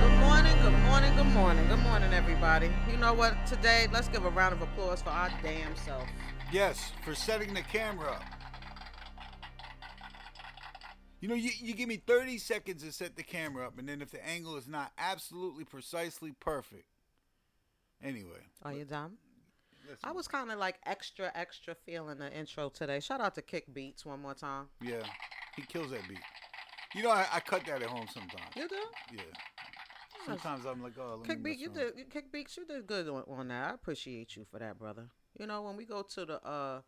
Good morning, good morning, good morning, good morning, everybody. You know what? Today, let's give a round of applause for our damn self. Yes, for setting the camera up. You know, you, you give me 30 seconds to set the camera up, and then if the angle is not absolutely precisely perfect. Anyway. Are Oh, you dumb? let's- I was kind of like extra, extra feeling the intro today. Shout out to Kick Beats one more time. Yeah, he kills that beat. You know, I, I cut that at home sometimes. You do? Yeah. Sometimes I'm like, oh, let me Kick Beat, mess you around. did. you- Kick Beats, you did good on, on that. I appreciate you for that, brother. You know, when we go to the uh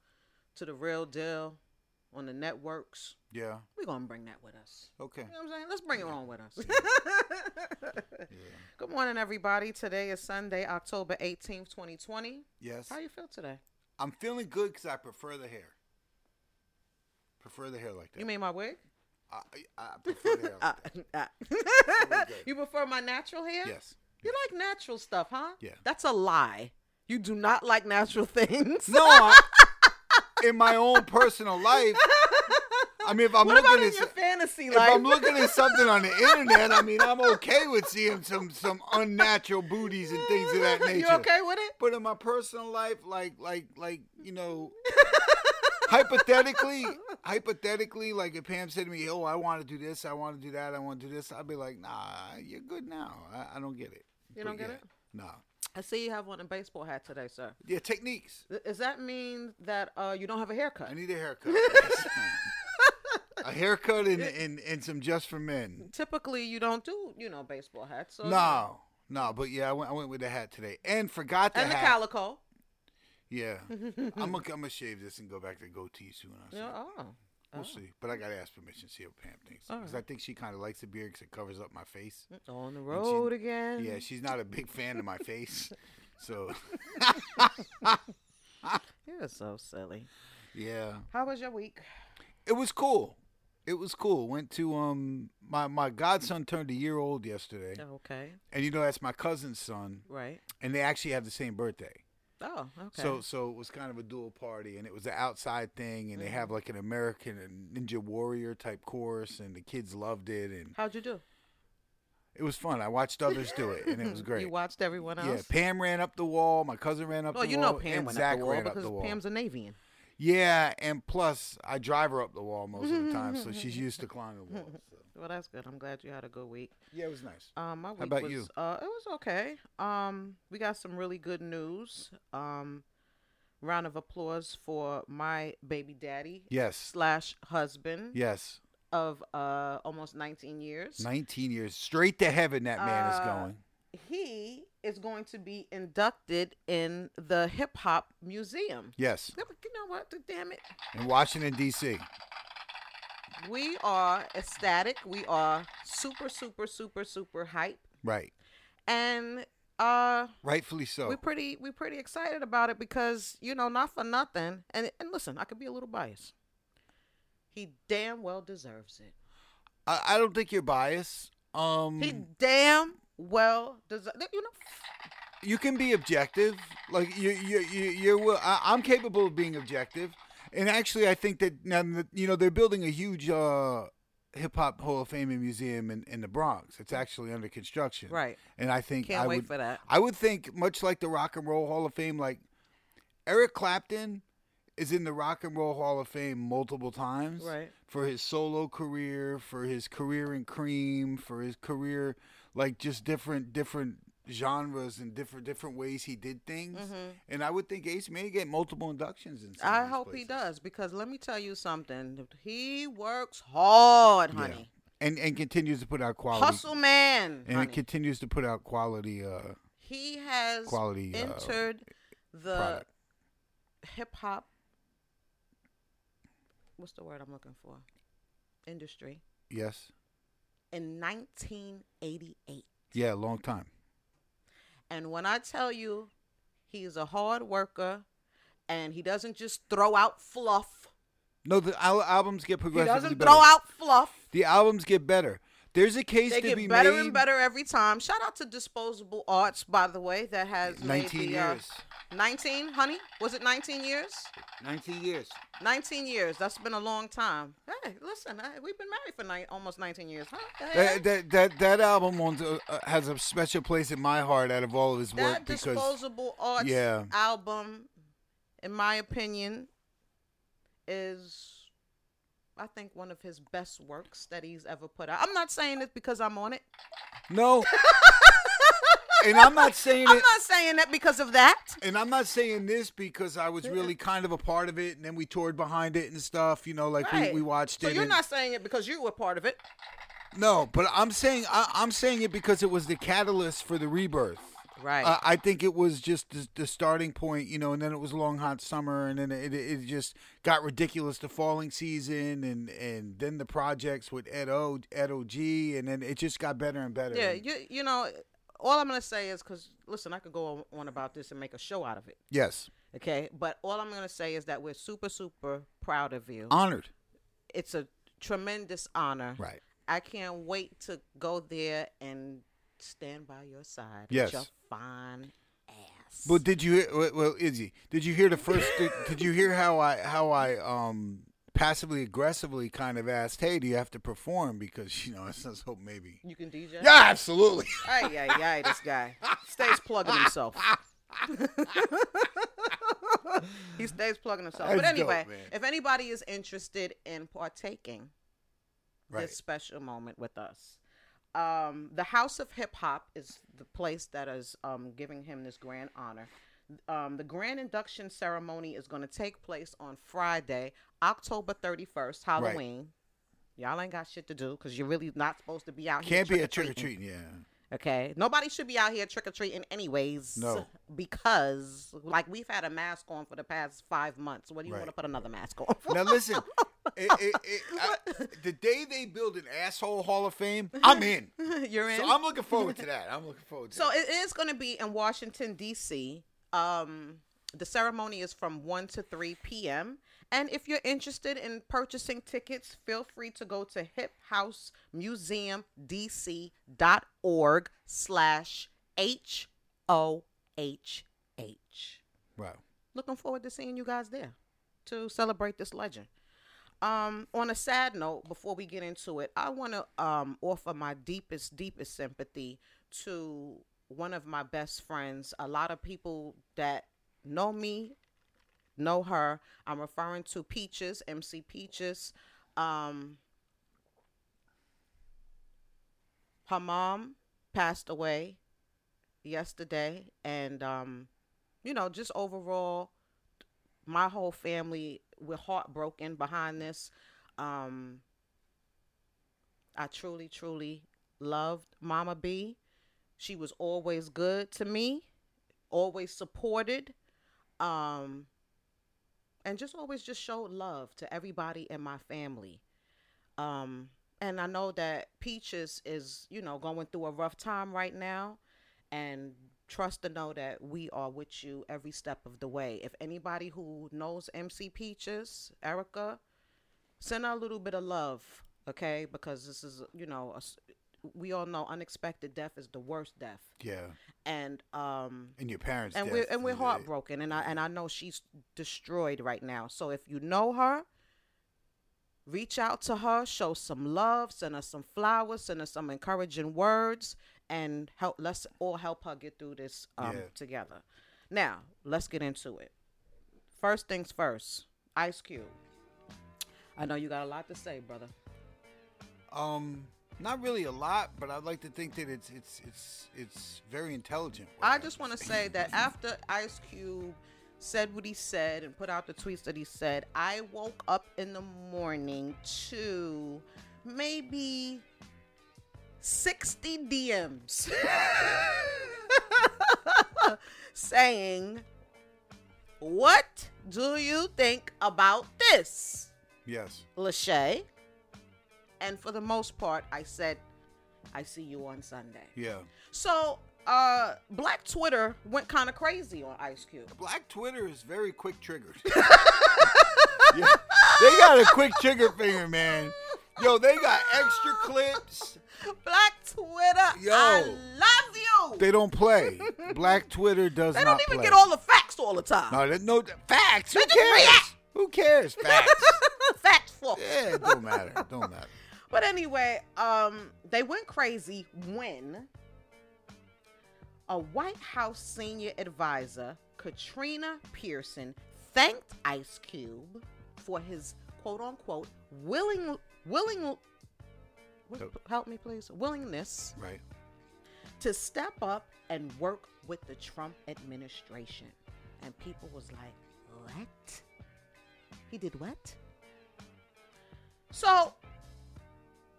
to the real deal on the networks, Yeah, we're gonna bring that with us. okay. You know what I'm saying? Let's bring it on with us. Yeah. Good morning, everybody. Today is Sunday, October 18th, 2020. Yes. How you feel today? I'm feeling good because I prefer the hair. Prefer the hair like that. You mean my wig? I, I I prefer the hair like Uh, that. uh. good. you prefer my natural hair? Yes. You like natural stuff, huh? Yeah. That's a lie. You do not like natural things. No, I, in my own personal life. I mean, if I'm what about looking in at your s- fantasy if life? I'm looking at something on the internet, I mean, I'm okay with seeing some some unnatural booties and things of that nature. you okay with it? But in my personal life, like like like you know, hypothetically, hypothetically, like if Pam said to me, "Oh, I want to do this, I want to do that, I want to do this," I'd be like, "Nah, you're good now. I, I don't get it." You don't But get it? No. Nah. I see you have on a baseball hat today, sir. Yeah, techniques. Th- Does that mean that uh, you don't have a haircut? I need a haircut. a haircut and, and and some just for men. Typically, you don't do you know baseball hats. So No, no, but yeah, I went, I went with the hat today and forgot the and the hat. calico. yeah, I'm gonna I'm gonna shave this and go back to goatee soon. I Yeah, think. oh. We'll see, but I gotta ask permission see what Pam thinks All because I think she kind of likes the beard because it covers up my face. On the road again. Yeah, she's not a big fan of my face, so You're so silly. yeah, How was your week? it was cool. It was cool. Went to um my my godson turned a year old yesterday, Okay. and you know that's my cousin's son, Right. and they actually have the same birthday. Oh, okay. So so it was kind of a dual party, and it was an outside thing, and they Mm-hmm. have like an American and Ninja Warrior type course, and the kids loved it, and how'd you do? it was fun. I watched others do it, and it was great. You watched everyone Yeah, else. Pam ran up the wall. My cousin ran up well, the Oh, you wall. know Pam and went Zach up the wall ran because up the wall. Pam's a Navian. yeah, and plus I drive her up the wall most of the time, so she's used to climbing walls. So. Well, that's good. I'm glad you had a good week. Yeah, it was nice. Um, my week about was, you? Uh, it was okay. Um, we got some really good news. Um, round of applause for my baby daddy Yes, slash husband yes. of uh almost 19 years. Nineteen years straight to heaven. That man is Uh, going. He is going to be inducted in the Hip Hop Museum. Yes, You know what? Damn it. in Washington D.C. We are ecstatic. We are super, super, super, super hype. Right, And uh rightfully so. we pretty we pretty excited about it because, you know, not for nothing. And and listen, I could be a little biased. He damn well deserves it. I, I don't think you're biased. Um, He damn well deserves you know you can be objective. Like you, you, you, you're. wi- I, I'm capable of being objective, and actually, I think that now that, you know they're building a huge uh, hip hop Hall of Fame and museum in, in the Bronx. It's actually under construction, Right. And I think Can't I wait would, for that. I would think much like the Rock and Roll Hall of Fame, like Eric Clapton is in the Rock and Roll Hall of Fame multiple times, Right. For his solo career, for his career in Cream, for his career, like just different different genres and different different ways he did things. And I would think Ace may get multiple inductions in. Some of Mm-hmm. I these hope he places. does because let me tell you something. He works hard, Yeah. honey. And and continues to put out quality. Hustle man. And honey. it continues to put out quality. Uh, he has quality, uh, Uh, entered the product. hip hop what's the word I'm looking for? Industry Yes. in 1988. Yeah, long time. And when I tell you he's a hard worker and he doesn't just throw out fluff, No, the al- albums get he progressively doesn't better. throw out fluff. the albums get better. There's a case They to be get better made. and better every time. Shout out to Disposable Arts, by the way, that has made 19 the, uh, years. 19, honey? Was it 19 years? 19 years. 19 years. That's been a long time. Hey, listen, I, we've been married for ni- almost 19 years, huh? Hey, That, that that that album owns a, uh, has a special place in my heart out of all of his work that because disposable arts yeah. album in my opinion is i think one of his best works that he's ever put out i'm not saying this because i'm on it no, and I'm not saying i'm it. not saying that because of that And I'm not saying this because I was Yeah. really kind of a part of it, and then we toured behind it and stuff. You know, like right. we, we watched so it. you're and- not saying it because you were part of it no, but I'm saying I, I'm saying it because it was the catalyst for the rebirth. right Uh, I think it was just the, the starting point, you know, and then it was long hot summer, and then it, it just got ridiculous the falling season, and and then the projects with Ed O Ed OG, and then it just got better and better. yeah you, you know all i'm gonna say is because listen i could go on about this and make a show out of it yes, okay but all i'm gonna say is that we're super super proud of you honored. it's a tremendous honor Um, Right. I can't wait to go there and stand by your side. Yes. With your fine ass. But did you hear? Well, well, Izzy, did you hear the first? did, did you hear how I how I um passively aggressively kind of asked, "Hey, do you have to perform?" Because you know, I was hoping maybe. you can DJ? Yeah, absolutely. Ay, ay, ay, this guy. Stays plugging himself. he stays plugging himself. but That's dope, anyway, man. if anybody is interested in partaking Right. this special moment with us, um, the House of Hip Hop is the place that is um, giving him this grand honor. Um, the grand induction ceremony is going to take place on Friday, October 31st, Halloween. Y'all ain't got shit to do because you're really not supposed to be out here. Can't be a trick or trick-or-treating. treating. Yeah. Okay. Nobody should be out here trick or treating, anyways. No. Because, like, we've had a mask on for the past five months. What do you Right. want to put another mask on for? Now listen, it, it, it, I- the day they build an asshole Hall of Fame, I'm in. You're in. So I'm looking forward to that. I'm looking forward to. So that. it is going to be in Washington D.C. Um, the ceremony is from one to three p.m. And if you're interested in purchasing tickets, feel free to go to hiphousemuseumdc.org slash h o h h. Wow. Looking forward to seeing you guys there to celebrate this legend. Um, on a sad note, before we get into it, I want to um, offer my deepest, deepest sympathy to one of my best friends. A lot of people that know me know her. I'm referring to Peaches, MC Peaches. Um, her mom passed away yesterday, and um, you know, just overall, my whole family we're heartbroken behind this. Um, I truly, truly loved Mama B. She was always good to me, always supported, um, and just always just showed love to everybody in my family. Um, and I know that Peaches is, you know, going through a rough time right now. And trust to know that we are with you every step of the way. If anybody who knows MC Peaches, Erica, send her a little bit of love, okay? Because this is, you know, a s we all know unexpected death is the worst death. Yeah. And, um, And your parents. and death, we're and we're uh, heartbroken and I and I know she's destroyed right now. So if you know her, reach out to her, show some love, send us some flowers, send us some encouraging words, and help let's all help her get through this um, Yeah. together. Now, let's get into it. First things first, Ice Cube. I know you got a lot to say, brother. Um, not really a lot, but I'd like to think that it's it's it's it's very intelligent. what I happens. just want to say that after Ice Cube said what he said and put out the tweets that he said, I woke up in the morning to maybe 60 DMs saying, What do you think about this? Yes. Lachey. And for the most part, I said, I see you on Sunday. Yeah. So, uh, Black Twitter went kind of crazy on Ice Cube. Black Twitter is very quick triggered. Yeah. They got a quick trigger finger, man. Yo, they got extra clips. Black Twitter, Yo. I love you. They, They don't play. Black Twitter does not don't even play. get all the facts all the time. No, there's no facts. Who They just cares? react. Who cares? Facts. facts for. yeah, it don't matter. It Don't matter. But anyway, um, they went crazy when a White House senior advisor, Katrina Pearson, thanked Ice Cube for his quote unquote willing willing what- Nope. help me please willingness Right. to step up and work with the Trump administration. And people was like, "What? He did what?" So,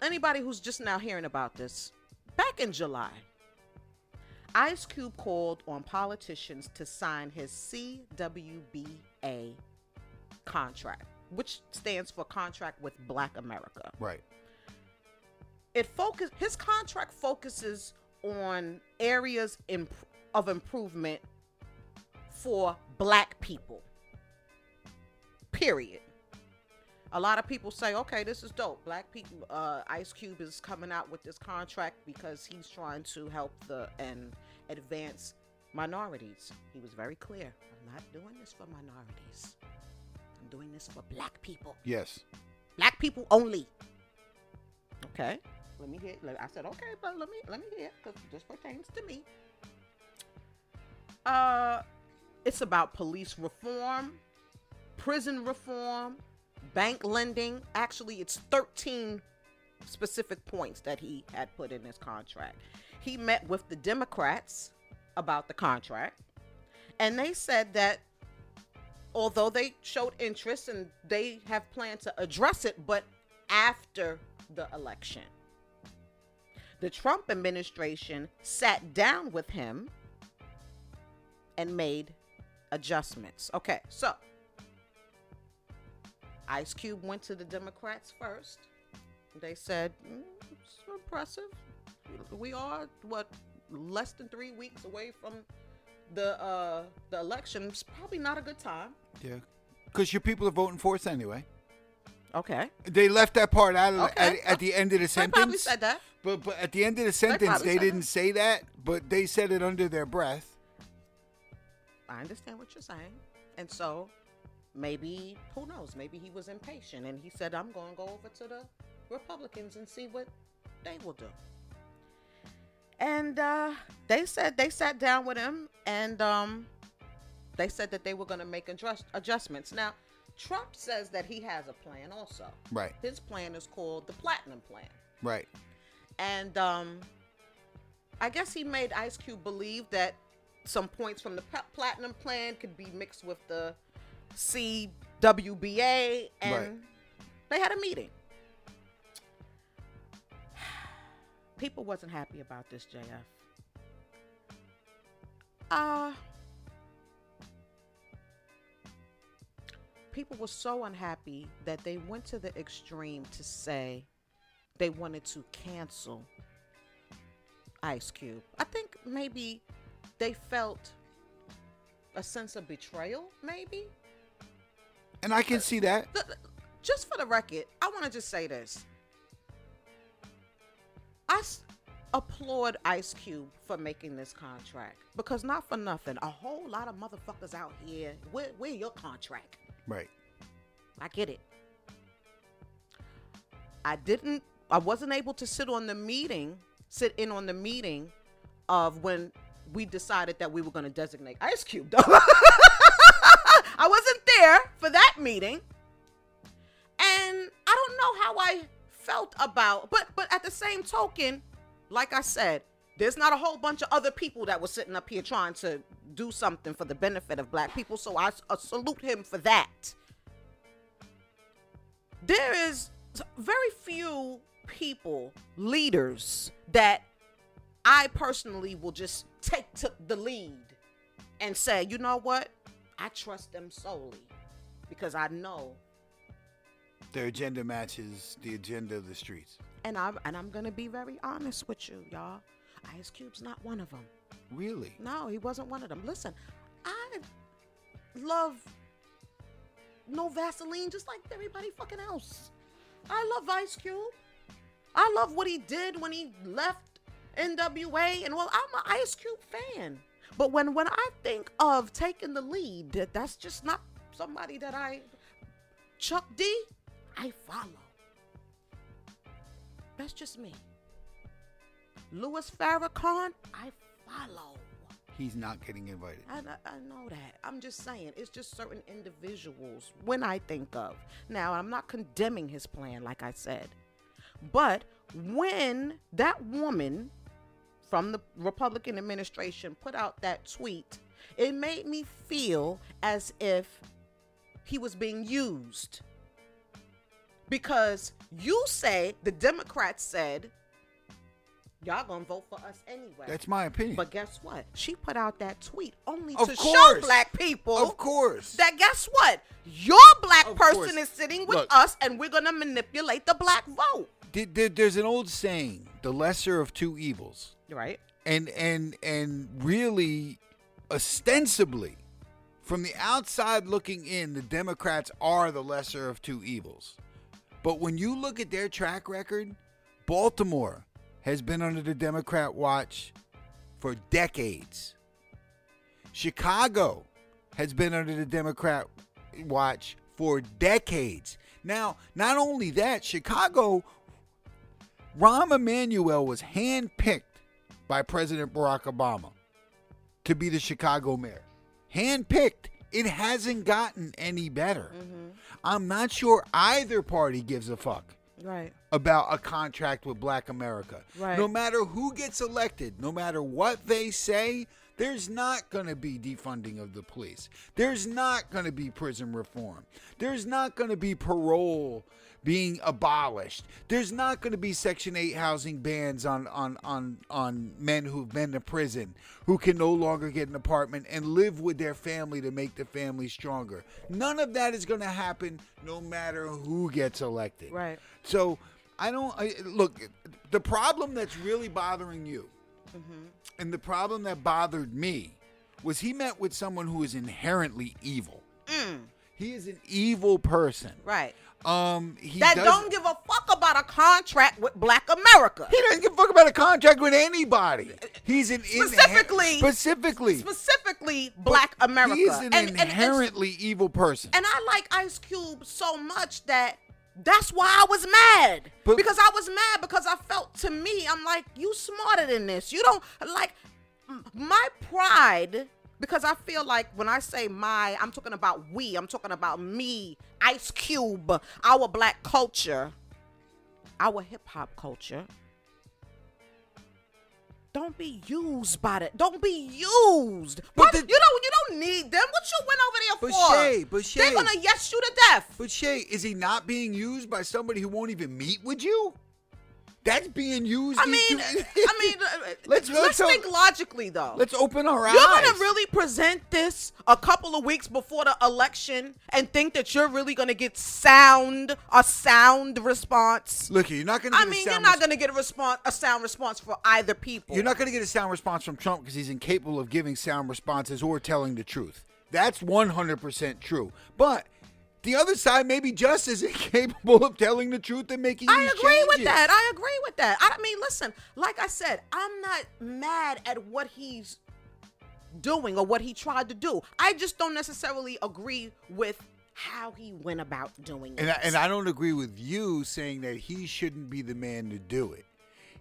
anybody who's just now hearing about this, back in July, Ice Cube called on politicians to sign his CWBA contract, which stands for Contract with Black America Right. it focus his contract focuses on areas imp- of improvement for black people period a lot of people say okay this is dope black people uh, ice cube is coming out with this contract because he's trying to help the and advance minorities he was very clear i'm not doing this for minorities i'm doing this for black people Yes. black people only. Okay. Let me hear. let- I said okay, but let me let me hear because this pertains to me. Uh, it's about police reform, prison reform, bank lending. Actually, it's thirteen specific points that he had put in his contract. He met with the Democrats about the contract, and they said that although they showed interest and they have planned to address it, but after the election. The Trump administration sat down with him and made adjustments. Okay, so Ice Cube went to the Democrats first. They said, "Mm, it's impressive. We are, what, less than three weeks away from the uh the election it's probably not a good time Yeah. Because your people are voting for us anyway. okay They left that part out of, at, Okay. at the end of the they sentence. probably said that But but at the end of the sentence, probably they said didn't that. say that, but they said it under their breath. i understand what you're saying and so maybe who knows maybe he was impatient and he said i'm going to go over to the republicans and see what they will do and uh they said they sat down with him and um they said that they were going to make adjust- adjustments now trump says that he has a plan also Right. his plan is called the platinum plan Right. and um, I guess he made Ice Cube believe that some points from the pla- platinum plan could be mixed with the CWBA, and Right. they had a meeting. People wasn't happy about this, JF. Uh, people were so unhappy that they went to the extreme to say they wanted to cancel Ice Cube. I think maybe they felt a sense of betrayal, maybe. And I can see that. Th- th- Just for the record, I want to just say this. I s- applaud Ice Cube for making this contract because, not for nothing, a whole lot of motherfuckers out here, where, where your contract? Right. I get it. I didn't I wasn't able to sit on the meeting, sit in on the meeting of when we decided that we were going to designate Ice Cube. though. I wasn't there for that meeting. And I don't know how I felt about but but at the same token, like I said, there's not a whole bunch of other people that were sitting up here trying to do something for the benefit of black people, so I s- uh, salute him for that there is very few people, leaders, that I personally will just take to the lead and say, you know what? I trust them solely because I know Their agenda matches the agenda of the streets. And I'm and I'm gonna be very honest with you, y'all. Ice Cube's not one of them. Really? No, he wasn't one of them. Listen, I love no Vaseline just like everybody fucking else. I love Ice Cube. I love what he did when he left NWA and well, I'm an Ice Cube fan. But when when I think of taking the lead, that's just not somebody that I Chuck D, I follow. That's just me. Louis Farrakhan, I follow. He's not getting invited. I, I- I know that. I'm just saying, it's just certain individuals when I think of. Now, I'm not condemning his plan, like I said. But when that woman from the Republican administration put out that tweet, it made me feel as if he was being used. Because you say, the Democrats said, y'all gonna vote for us anyway. That's my opinion. But guess what? She put out that tweet only Of to show course. black people of course. that guess what? Your black Of person course. is sitting with Look. us and we're going to manipulate the black vote. There- there- there's an old saying, the lesser of two evils. Right? and and and really ostensibly from the outside looking in the democrats are the lesser of two evils but when you look at their track record baltimore has been under the democrat watch for decades chicago has been under the democrat watch for decades now not only that chicago Rahm Emanuel was handpicked by President Barack Obama to be the Chicago mayor. Handpicked. It hasn't gotten any better. I'm not sure either party gives a fuck Right. about a contract with black America. Right. No matter who gets elected, no matter what they say, there's not going to be defunding of the police. There's not going to be prison reform. There's not going to be parole being abolished. There's not going to be Section 8 housing bans on, on, on, on men who've been to prison, who can no longer get an apartment and live with their family to make the family stronger. None of that is going to happen no matter who gets elected. Right. So I don't I, look. The problem that's really bothering you, Mm-hmm. and the problem that bothered me, was he met with someone who is inherently evil. Mm. He is an evil person. Right. Um, he that does- don't give a fuck about a contract with black America. He doesn't give a fuck about a contract with anybody. He's an inher- Specifically- specifically Specifically, black America. He is an and, and- and, inherently evil person. and I like Ice Cube so much that that's why I was mad. But- because I was mad because I felt to me, I'm like, you smarter than this. You don't like m- my pride. Because I feel like when I say my, I'm talking about we, I'm talking about me, Ice Cube, our black culture, our hip hop culture. Don't be used by that. Don't be used. What? the- you don't. You don't need them. What you went over there But for? Shay, but They're Shay. gonna yes you to death. But Shay, is he not being used by somebody who won't even meet with you? That's being used. I these mean, two- I mean, uh, let's Let's- let's let's hope- think logically though. let's open our eyes. you're gonna really present this a couple of weeks before the election and think that you're really gonna get sound a sound response. look. here, You're not gonna. Get I mean, a you're sound not res- gonna get a response a sound response for either people. You're not gonna get a sound response from Trump because he's incapable of giving sound responses or telling the truth. That's 100 percent true. But the other side may be just as incapable of telling the truth and making. I these agree with changes. that. I agree with that. I mean, listen, like I said, I'm not mad at what he's doing or what he tried to do. I just don't necessarily agree with how he went about doing it. And I, and I don't agree with you saying that he shouldn't be the man to do it.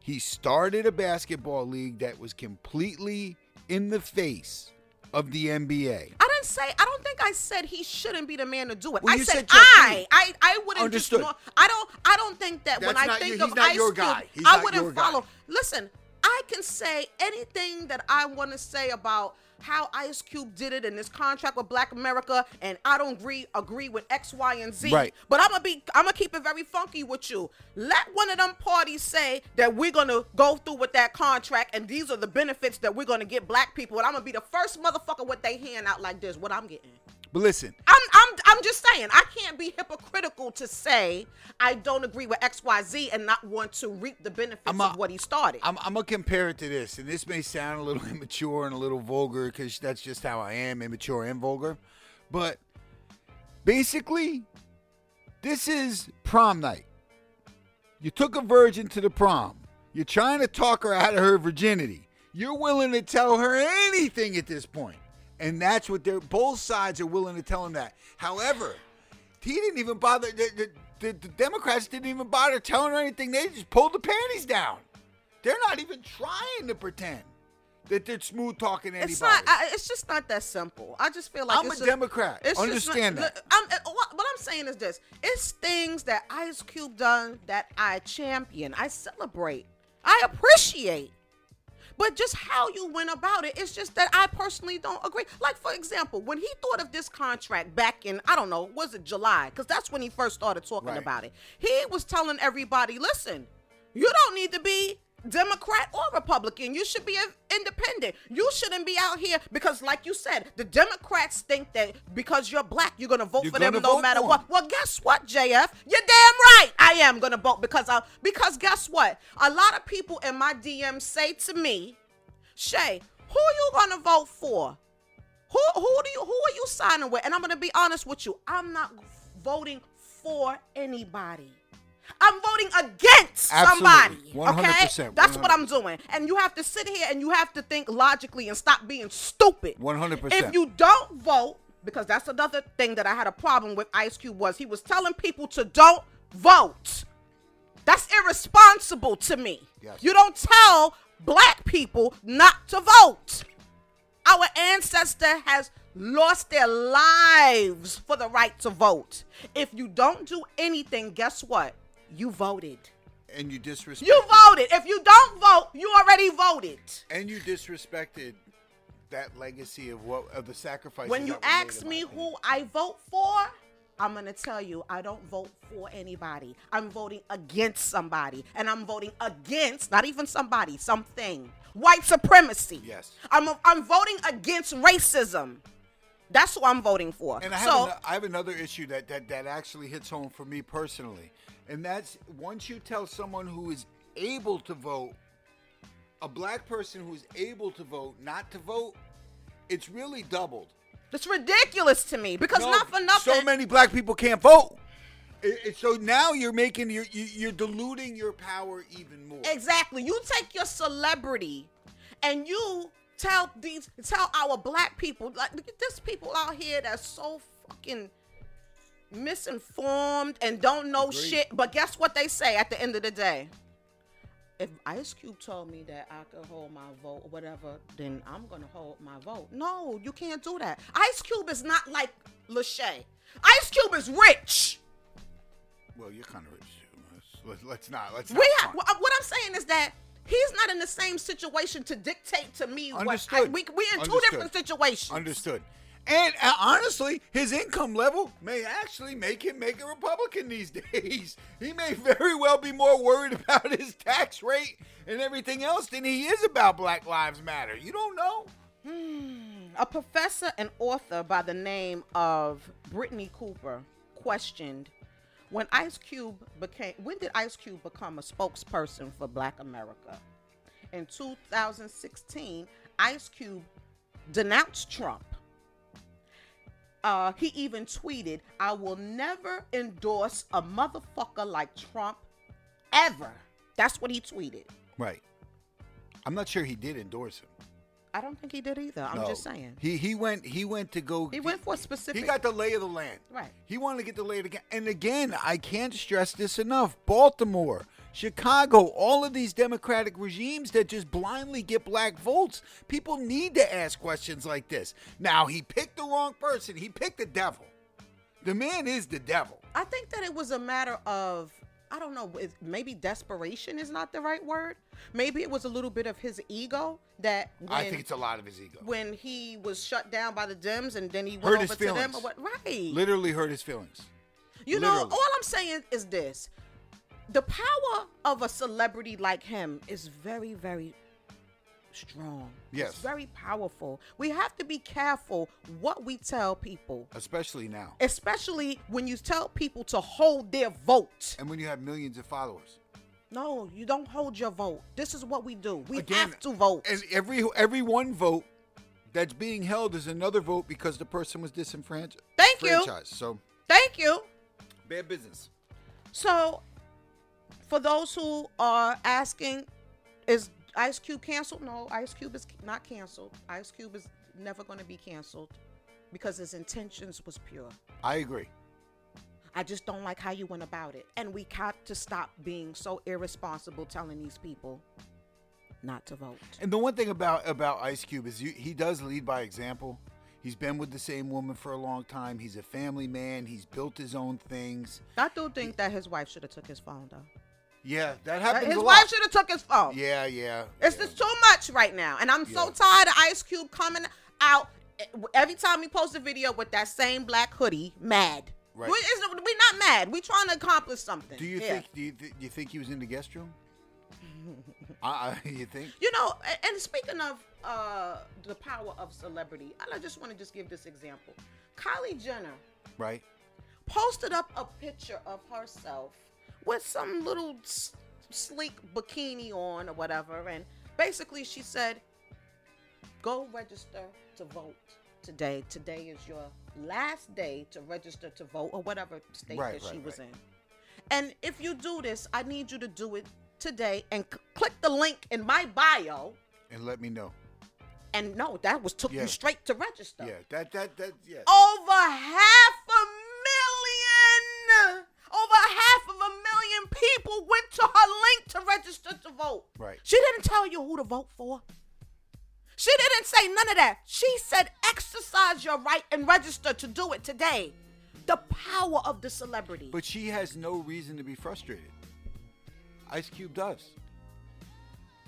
He started a basketball league that was completely in the face of the NBA. I didn't say. I don't think I said he shouldn't be the man to do it. Well, I you said, said your I, opinion. I. I wouldn't Understood. just. nor- I don't. I don't think that when That's I not think your- of he's not Ice your Cube, guy. He's I not wouldn't your guy. follow. Listen, I can say anything that I want to say about how Ice Cube did it in this contract with Black America, and I don't agree agree with X, Y, and Z. Right. But I'm gonna be. I'm gonna keep it very funky with you. Let one of them parties say that we're gonna go through with that contract, and these are the benefits that we're gonna get black people, and I'm gonna be the first motherfucker with they hand out like this. What I'm getting. But listen, I'm, I'm, I'm just saying, I can't be hypocritical to say I don't agree with XYZ and not want to reap the benefits I'm a- of what he started. I'm, I'm gonna compare it to this, and this may sound a little immature and a little vulgar because that's just how I am, immature and vulgar. But basically, this is prom night. You took a virgin to the prom. You're trying to talk her out of her virginity. You're willing to tell her anything at this point, and that's what they're. Both sides are willing to tell him that. However, he didn't even bother. The, the, the, the Democrats didn't even bother telling her anything. They just pulled the panties down. They're not even trying to pretend that they're smooth talking anybody. it's not. I, it's just not that simple. I just feel like I'm it's a just- Democrat. It's just not- Understand look, that. I'm, uh, what, what I'm saying is this: it's things that Ice Cube done that I champion, I celebrate, I appreciate. But just how you went about it, it's just that I personally don't agree. Like for example, when he thought of this contract back in I don't know, was it July? Because that's when he first started talking Right. about it. He was telling everybody, listen, you don't need to be Democrat or Republican. You should be a- independent. You shouldn't be out here because, like you said, the Democrats think that because you're black, you're gonna vote You're for them gonna no vote matter for 'em. what. Well, guess what, JF? You're damn right. I am gonna vote because I because guess what? A lot of people in my DM say to me, Shay, who you gonna vote for? Who who do you who are you signing with? And I'm gonna be honest with you, I'm not voting for anybody. I'm voting against Absolutely. somebody. 100%, Okay, that's what I'm doing. And you have to sit here and you have to think logically and stop being stupid. 100%. If you don't vote, because that's another thing that I had a problem with Ice Cube was he was telling people to don't vote. That's irresponsible to me. Yes. You don't tell black people not to vote. Our ancestor has lost their lives for the right to vote. If you don't do anything, guess what? You voted. and you disrespect. You voted. If you don't vote, you already voted. and you disrespected that legacy of what of the sacrifice. When you ask me who I vote for, I'm going to tell you I don't vote for anybody. I'm voting against somebody. And I'm voting against, not even somebody, something. White supremacy. Yes. I'm, I'm voting against racism. That's who I'm voting for. And I uh, have, so, ano- I have another issue that, that, that actually hits home for me personally. And that's once you tell someone who is able to vote, a black person who is able to vote, not to vote, it's really doubled. It's ridiculous to me because No, not for nothing. So many black people can't vote. It, it- so now you're making, you're, you- you're diluting your power even more. exactly. You take your celebrity and you tell these tell our black people like look at this people out here that's so fucking misinformed and don't know Agreed. shit. But guess what they say at the end of the day? If Ice Cube told me that I could hold my vote or whatever, then I'm gonna hold my vote. No, you can't do that. Ice Cube is not like Lachey. Ice Cube is rich. Well, you're kind of rich too. Let's- Let's, let's not. Let's not. We have, front. what I'm saying is that he's not in the same situation to dictate to me what I, Understood. we we in two Understood. different situations. Understood. And uh, honestly, his income level may actually make him make a Republican these days. He may very well be more worried about his tax rate and everything else than he is about Black Lives Matter. You don't know. A professor and author by the name of Brittany Cooper questioned when Ice Cube became when did Ice Cube become a spokesperson for Black America? In 2016, Ice Cube denounced Trump. Uh, he even tweeted, "I will never endorse a motherfucker like Trump ever." That's what he tweeted. Right. I'm not sure he did endorse him. I don't think he did either. I'm No. just saying. He he went he went to go. He went for a specific He got the lay of the land. Right. He wanted to get the lay of the ga- And again, I can't stress this enough. Baltimore, Chicago, all of these democratic regimes that just blindly get black votes. People need to ask questions like this. Now, he picked the wrong person. He picked the devil. The man is the devil. I think that it was a matter of I don't know, is- maybe desperation is not the right word. Maybe it was a little bit of his ego that when, I think it's a lot of his ego. when he was shut down by the Dems and then he went Hurt his over to them feelings. or what right. Literally hurt his feelings. You know, Literally. all I'm saying is this. The power of a celebrity like him is very, very strong. Yes. It's very powerful. We have to be careful what we tell people, especially now. especially when you tell people to hold their vote. And when you have millions of followers. No, you don't hold your vote. This is what we do. We Again, have to vote. And every every one vote that's being held is another vote because the person was disenfranchised. Thank you. franchised. So Thank you. bad business. So, for those who are asking, is Ice Cube canceled? No, Ice Cube is not canceled. Ice Cube is never going to be canceled because his intentions was pure. I agree. I just don't like how you went about it. And we got to stop being so irresponsible telling these people not to vote. And the one thing about about Ice Cube is you, he does lead by example. He's been with the same woman for a long time. He's a family man. He's built his own things. I do think that his wife should have took his phone though. Yeah, that happens His a wife lot. should have took his phone. Yeah, yeah. It's yeah. just too much right now, and I'm so Yeah. tired of Ice Cube coming out eh, every time he posts a video with that same black hoodie. Mad. Right. We, it's- we not mad. We trying to accomplish something. Do you here. think do you, th- you think he was in the guest room? I, I you think? You know, a- and speaking of uh, the power of celebrity, and I just want to just give this example. Kylie Jenner Right. posted up a picture of herself with some little s- sleek bikini on or whatever, and basically she said, "Go register to vote today. Today is your last day to register to vote or whatever state Right, that she right, was right. in. And if you do this, I need you to do it today and c- click the link in my bio." And let me know. And no, that was took Yeah. you straight to register. Yeah, that that that Oh, yeah. Over half a million, over half of a million people went to her link to register to vote. Right. She didn't tell you who to vote for. She didn't say none of that. She said exercise your right and register to do it today. The power of the celebrity. But she has no reason to be frustrated. Ice Cube does.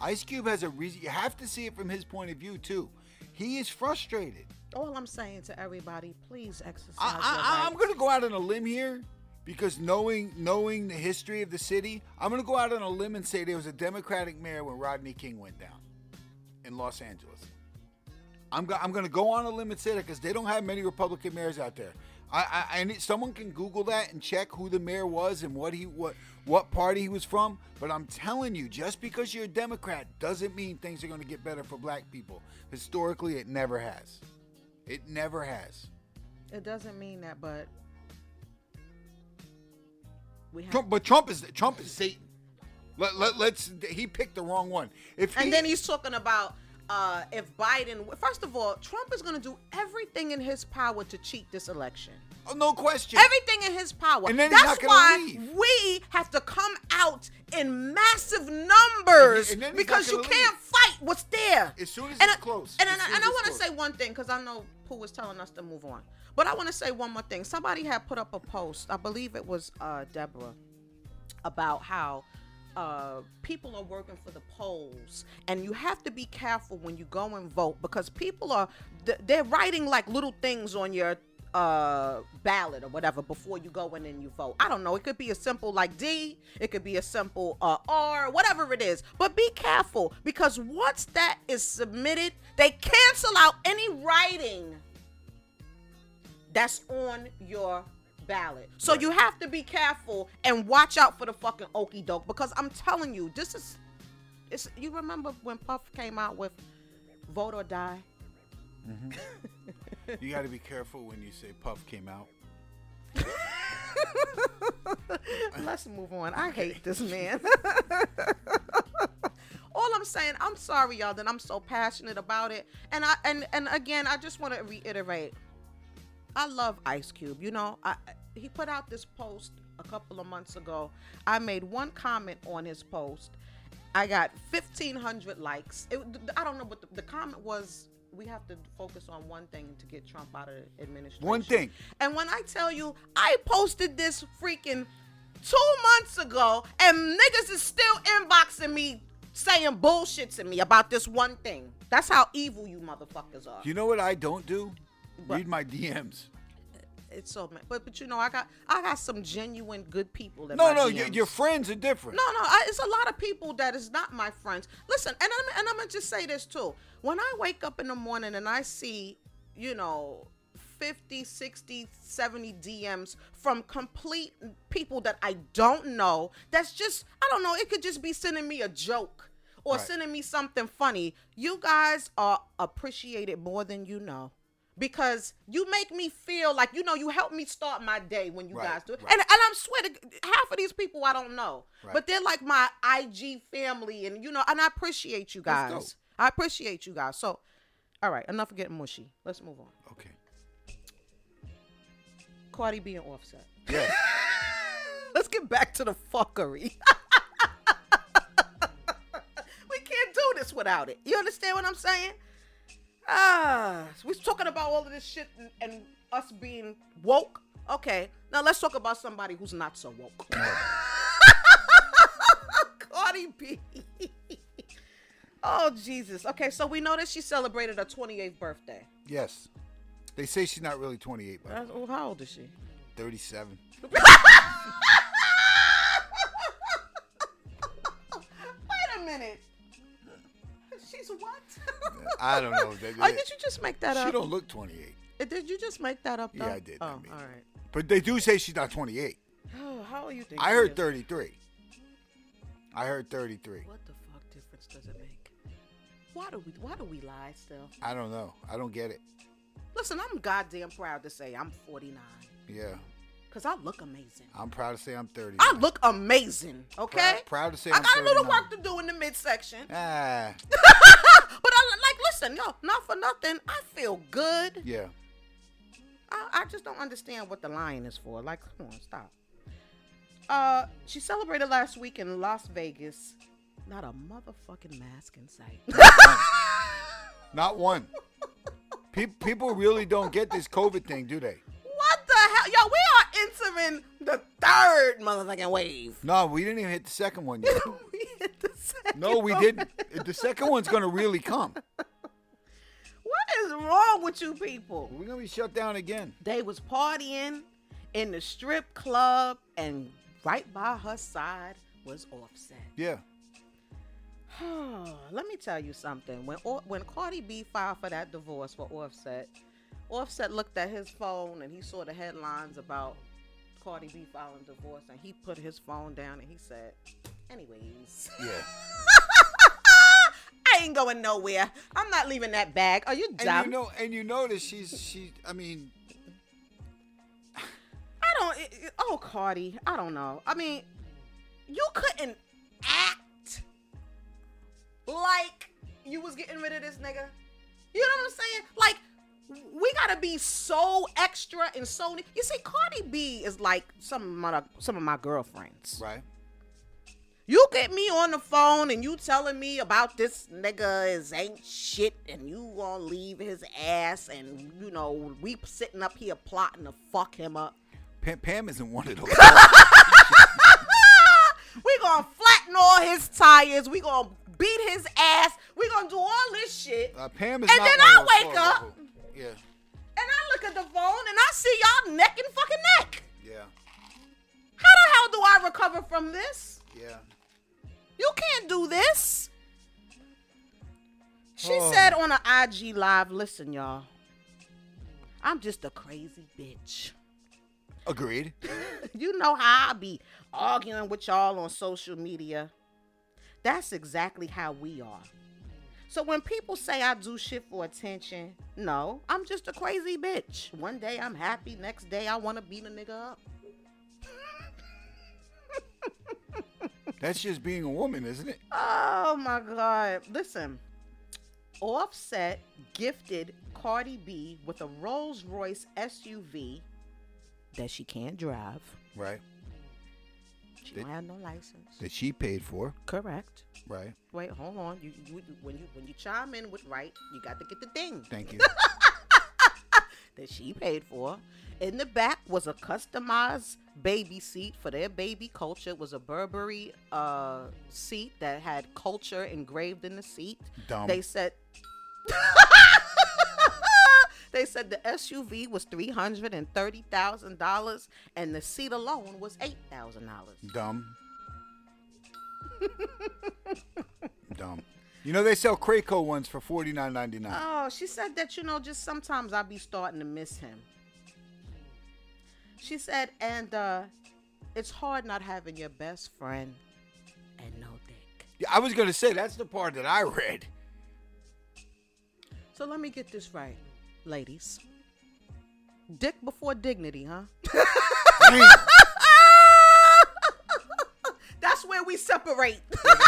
Ice Cube has a reason. You have to see it from his point of view too. He is frustrated. All I'm saying to everybody, please exercise I, I, I- your I'm right. going to go out on a limb here because knowing knowing the history of the city, I'm going to go out on a limb and say there was a Democratic mayor when Rodney King went down in Los Angeles. I'm go, I'm going to go on a limb and say that because they don't have many Republican mayors out there. I, I and it, someone can Google that and check who the mayor was and what he what what party he was from. But I'm telling you, just because you're a Democrat doesn't mean things are going to get better for Black people. Historically, it never has. It never has. It doesn't mean that, but we have Trump, but Trump is Trump is Satan. Let, let, let's he picked the wrong one. If he, And then he's talking about uh, if Biden. First of all, Trump is going to do everything in his power to cheat this election. oh, no question. Everything in his power. And then he's not That's gonna why leave. we have to come out in massive numbers And then he's not because you gonna can't fight what's there. As soon as and it's I- close. And, As and, soon I, as and I it's want to close. say one thing because I know Pooh was telling us to move on. But I want to say one more thing. Somebody had put up a post, I believe it was uh, Deborah, about how uh, people are working for the polls. And you have to be careful when you go and vote because people are, th- they're writing like little things on your uh ballot or whatever before you go in and you vote i don't know it could be a simple like d it could be a simple uh r whatever it is but be careful because once that is submitted they cancel out any writing that's on your ballot. So you have to be careful and watch out for the fucking okey doke because I'm telling you, this is it's you remember when Puff came out with Vote or Die? you got to be careful when you say Puff came out. Let's move on. I hate this man. All I'm saying, I'm sorry, y'all, that I'm so passionate about it. And I and and again, I just want to reiterate, I love Ice Cube. You know, I he put out this post a couple of months ago. I made one comment on his post. I got 1,500 likes. It, I don't know what the, the comment was. We have to focus on one thing to get Trump out of administration. One thing. And when I tell you, I posted this freaking two months ago, and niggas is still inboxing me saying bullshit to me about this one thing. That's how evil you motherfuckers are. You know what I don't do? What? Read my DMs. it's so ma- but but you know I got I got some genuine good people that No, no, your, your friends are different. no, no. I, it's a lot of people that is not my friends. Listen, and I'm, and I'm gonna just say this too. When I wake up in the morning and I see, you know, 50, 60, 70 DMs from complete people that I don't know, that's just, I don't know, it could just be sending me a joke or Right. sending me something funny. You guys are appreciated more than you know. Because you make me feel like you know you help me start my day when you Right, guys do it, right. and and I'm swear to g- half of these people I don't know, Right. but they're like my IG family, and you know, and I appreciate you That's guys. I appreciate you guys. So, all right, enough of getting mushy. Let's move on. Okay. Cardi being offset. Yeah. Let's get back to the fuckery. we can't do this without it. You understand what I'm saying? Ah, we're talking about all of this shit and, and us being woke. Okay, now let's talk about somebody who's not so woke. Cardi B. oh Jesus. Okay, so we know that she celebrated her 28th birthday. yes. They say she's not really 28, but That's- oh, how old is she? 37. Wait a minute. She's what? I don't know. They- oh, did you just make that she up? don't look 28. Did you just make that up? Yeah, though? I did. Oh, I all made it up. right. But they do say she's not 28. Oh, how are you thinking? I heard 33. I heard 33. What the fuck difference does it make? Why do we? Why do we lie still? I don't know. I don't get it. Listen, I'm goddamn proud to say I'm 49, Yeah. cause I look amazing. I'm proud to say I'm 30. I look amazing. Okay. Proud, proud to say I I'm got a little 39. work to do in the midsection. Ah, But I like listen, yo, not for nothing. I feel good. yeah. I, I just don't understand what the lion is for. Like, come on, stop. Uh, she celebrated last week in Las Vegas. Not a motherfucking mask in sight. Not one. Pe- people really don't get this COVID thing, do they? what the hell, yo? We are entering the third motherfucking wave. No, we didn't even hit the second one yet. we hit the second No, we one. didn't. The second one's gonna really come. What is wrong with you people? We're gonna be shut down again. They was partying in the strip club, and right by her side was Offset. Yeah. Let me tell you something. When Or- when Cardi B filed for that divorce for Offset, Offset looked at his phone and he saw the headlines about Cardi B filing divorce, and he put his phone down and he said, "Anyways, Yeah. I ain't going nowhere. I'm not leaving that bag. Are you And dumb? you know, and you notice she's she. I mean, I don't. it- it- oh, Cardi, I don't know. I mean, you couldn't act like you was getting rid of this nigga. You know what I'm saying? Like, we gotta be so extra and so. You see, Cardi B is like some of my some of my girlfriends. right? You get me on the phone and you telling me about this nigga is ain't shit and you gonna leave his ass and you know we sitting up here plotting to fuck him up. Pam, Pam isn't one of those. We gonna flatten all his tires. We gonna beat his ass. We gonna do all this shit. Uh, Pam is And not then one of I those wake horrible up. people. Yeah. And I look at the phone and I see y'all neck and fucking neck. Yeah. How the hell do I recover from this? Yeah. You can't do this. She Oh. said on an IG live, listen, y'all. I'm just a crazy bitch. Agreed. you know how I be arguing with y'all on social media. That's exactly how we are. So when people say I do shit for attention, no, I'm just a crazy bitch. One day I'm happy, next day I want to beat a nigga up. That's just being a woman, isn't it? Oh my God. Listen, Offset gifted Cardi B with a Rolls Royce SUV that she can't drive. Right. She Did- don't have no license. That she paid for. Correct. Right. Wait, hold on. You, you, you when you when you chime in with right, you got to get the thing Thank you. that she paid for. In the back was a customized baby seat for their baby culture. It was a Burberry uh, seat that had culture engraved in the seat. Dumb. They said They said the SUV was three hundred and thirty thousand dollars, and the seat alone was eight thousand dollars. Dumb. Dumb. You know they sell Craco ones for forty nine ninety nine. Oh, she said that you know just sometimes I be starting to miss him. She said, and uh, it's hard not having your best friend and no dick. Yeah, I was gonna say that's the part that I read. So let me get this right, ladies. Dick before dignity, huh? Damn. That's where we separate.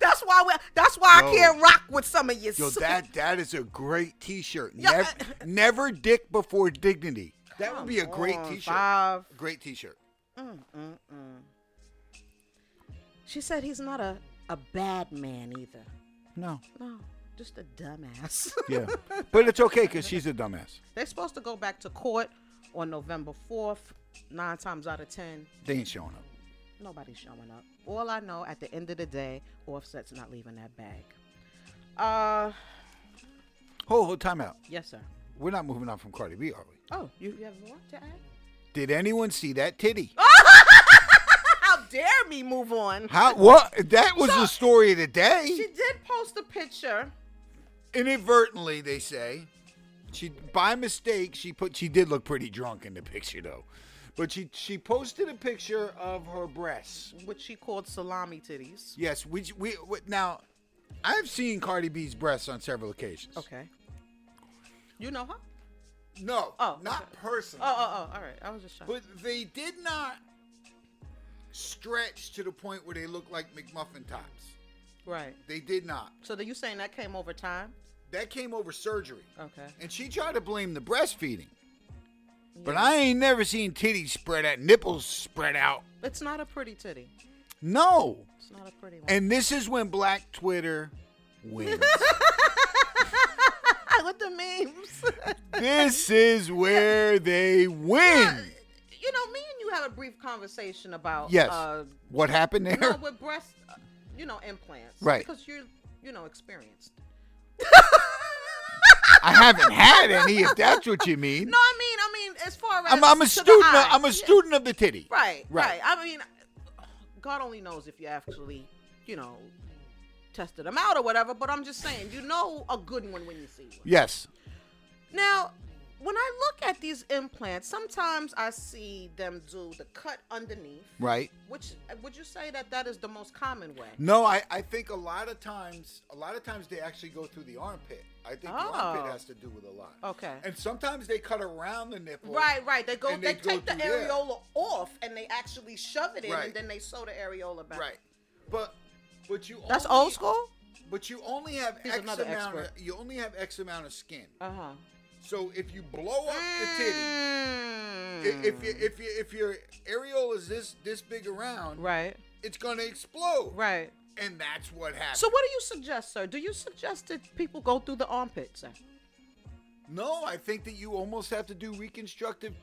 that's why we. That's why Yo. I can't rock with some of you. Yo, su- that that is a great T-shirt. Yeah, Never, never dick before dignity. That would be a Come great on, T-shirt. Five. Great T-shirt. She said he's not a a bad man either. No. No, just a dumbass. Yeah, but it's okay because she's a dumbass. They're supposed to go back to court on November fourth. Nine times out of ten, They ain't showing up. Nobody's showing up. All I know at the end of the day, Offset's not leaving that bag. Uh, Hold, hold, time out. yes, sir. We're not moving on from Cardi B, are we? Oh, you, you have more to add? Did anyone see that titty? Ah! How dare me move on? How? What? That was the story of the day. She did post a picture. Inadvertently, they say. She by mistake she put she did look pretty drunk in the picture though, but she she posted a picture of her breasts. Which she called salami titties. Yes, we, we we now I've seen Cardi B's breasts on several occasions. Okay. You know her? No, Oh, not okay. personally. Oh, oh, oh. All right. I was just trying. But they did not stretch to the point where they look like McMuffin tops. right. They did not. So that you saying that came over time? That came over surgery. Okay. And she tried to blame the breastfeeding. But I ain't never seen titties spread out, nipples spread out. It's not a pretty titty. No. It's not a pretty one. And this is when Black Twitter wins. With the memes. this is where they win. you know, me and you had a brief conversation about Yes. uh, What happened there? no, with breast, uh, you know, implants, Right. Because you're, you know, experienced. I haven't had any, if that's what you mean. No, I mean, I mean, as far as I'm, I'm to a the student. Of, eye. I'm a Yeah. student of the titty. Right, Right. right, I mean, God only knows if you actually, you know, tested them out or whatever. But I'm just saying, you know, a good one when you see one. Yes. Now, when I look at these implants, sometimes I see them do the cut underneath. Right. Which uh, would you say that that is the most common way? No, I, I think a lot of times, a lot of times they actually go through the armpit. I think Oh. the armpit has to do with a lot. Okay. And sometimes they cut around the nipple. Right, right. They go. And They, they go take the through there. areola off and they actually shove it in, Right. and then they sew the areola back. Right. But but you That's only, old school. But you only have He's X another amount. Of, expert. you only have X amount of skin. Uh huh. So if you blow up the titty, i- Mm. if you, if you, if your areola is this this big around, right, it's gonna explode. right. And that's what happens. So what do you suggest, sir? Do you suggest that people go through the armpit, sir? No, I think that you almost have to do reconstructive.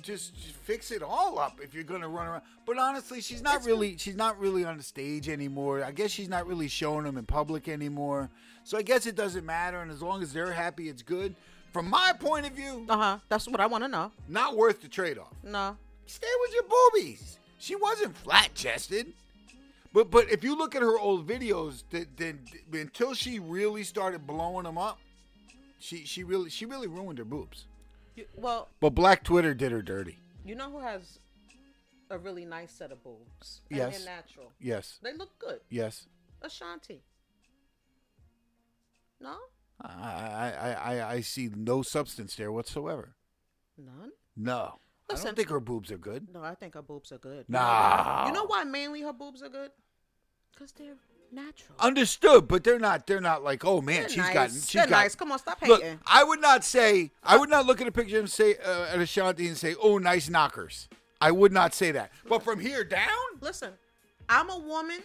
Just, just fix it all up if you're gonna run around. But honestly, she's not really she's not really on the stage anymore. I guess she's not really showing them in public anymore. So I guess it doesn't matter. And as long as they're happy, it's good. From my point of view, Uh huh. That's what I want to know. not worth the trade off. No. Stay with your boobies. She wasn't flat chested. But but if you look at her old videos, th- then until she really started blowing them up, she she really she really ruined her boobs. You- well, But Black Twitter did her dirty. you know who has a really nice set of boobs? And Yes. They're natural. Yes. They look good. Yes. Ashanti. No. I I I, I- I see no substance there whatsoever. None. No. I Listen. don't think her boobs are good. No, I think her boobs are good. Nah. You know why mainly her boobs are good? Because they're natural. Understood, but they're not. They're not like, oh man, They're she's nice. gotten. She's They're got. nice. Come on, stop Look, hating. I would not say. I would not look at a picture and say uh, at Ashanti and say, oh, nice knockers. I would not say that. But from here down, Listen, I'm a woman,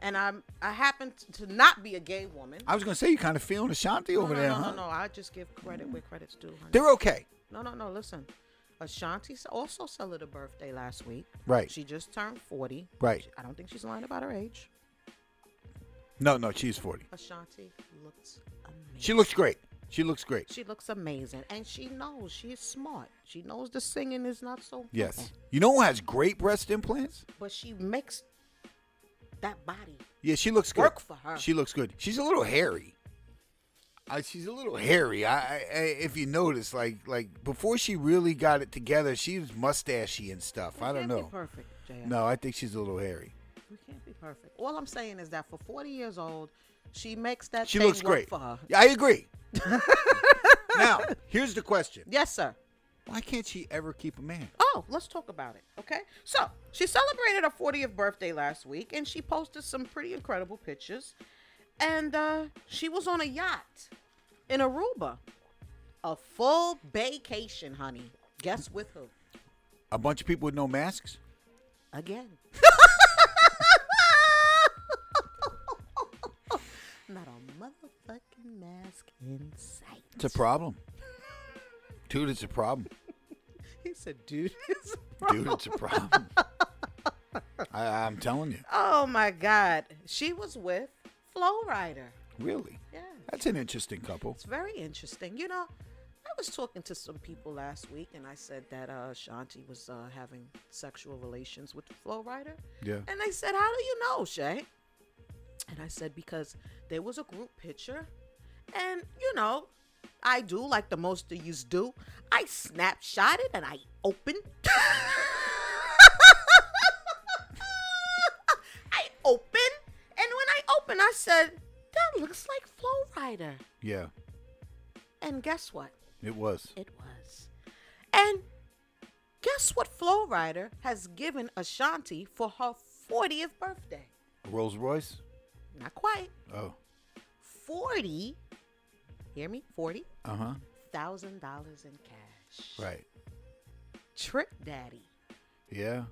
and I'm I happen t- to not be a gay woman. I was gonna say you kind of feeling Ashanti no, over no, there, no, huh? no, no. I just give credit where credit's due. honey. They're okay. No, no, no. Listen, Ashanti s- also celebrated a birthday last week. Right. She just turned 40. Right. I don't think she's lying about her age. No, no, she's forty. Ashanti looks amazing. She looks great. She looks great. She looks amazing, and she knows she is smart. She knows the singing is not so. Yes. important, You know who has great breast implants? but she makes that body. Yeah, she looks good. Work for her. She looks good. She's a little hairy. Uh, she's a little hairy. I, I, I if you notice, like like before she really got it together, she was mustachy and stuff. We I don't can't be know. perfect, JR. No, I think she's a little hairy. we can't be perfect. All I'm saying is that for 40 years old, she makes that. She thing looks work great. for her. Yeah, I agree. now, here's the question: Yes, sir. Why can't she ever keep a man? Oh, let's talk about it. Okay. So she celebrated her 40th birthday last week and she posted some pretty incredible pictures. And uh, she was on a yacht in Aruba. A full vacation, honey. Guess with who? A bunch of people with no masks. Again. Not a motherfucking mask in sight. It's a problem, dude. It's a problem, He said, dude, it's a dude. It's a problem. I, I'm telling you, Oh my God. She was with Flow Rider. really. Yeah. That's an interesting couple. It's very interesting. You know, I was talking to some people last week and I said that uh Shanti was uh, having sexual relations with Flow Rider. Yeah. And they said, How do you know, Shay? And I said, Because there was a group picture and you know, I do like the most of yous do. I snapshot it and I opened I open, and when I open, I said, "That looks like Flow Rider." Yeah, And guess what? it was. It was. And guess what? Flow Rider has given Ashanti for her 40th birthday. Rolls Royce? Not quite. Oh. 40. Hear me? Forty Uh huh. thousand dollars in cash. Right. Trick Daddy. Yeah.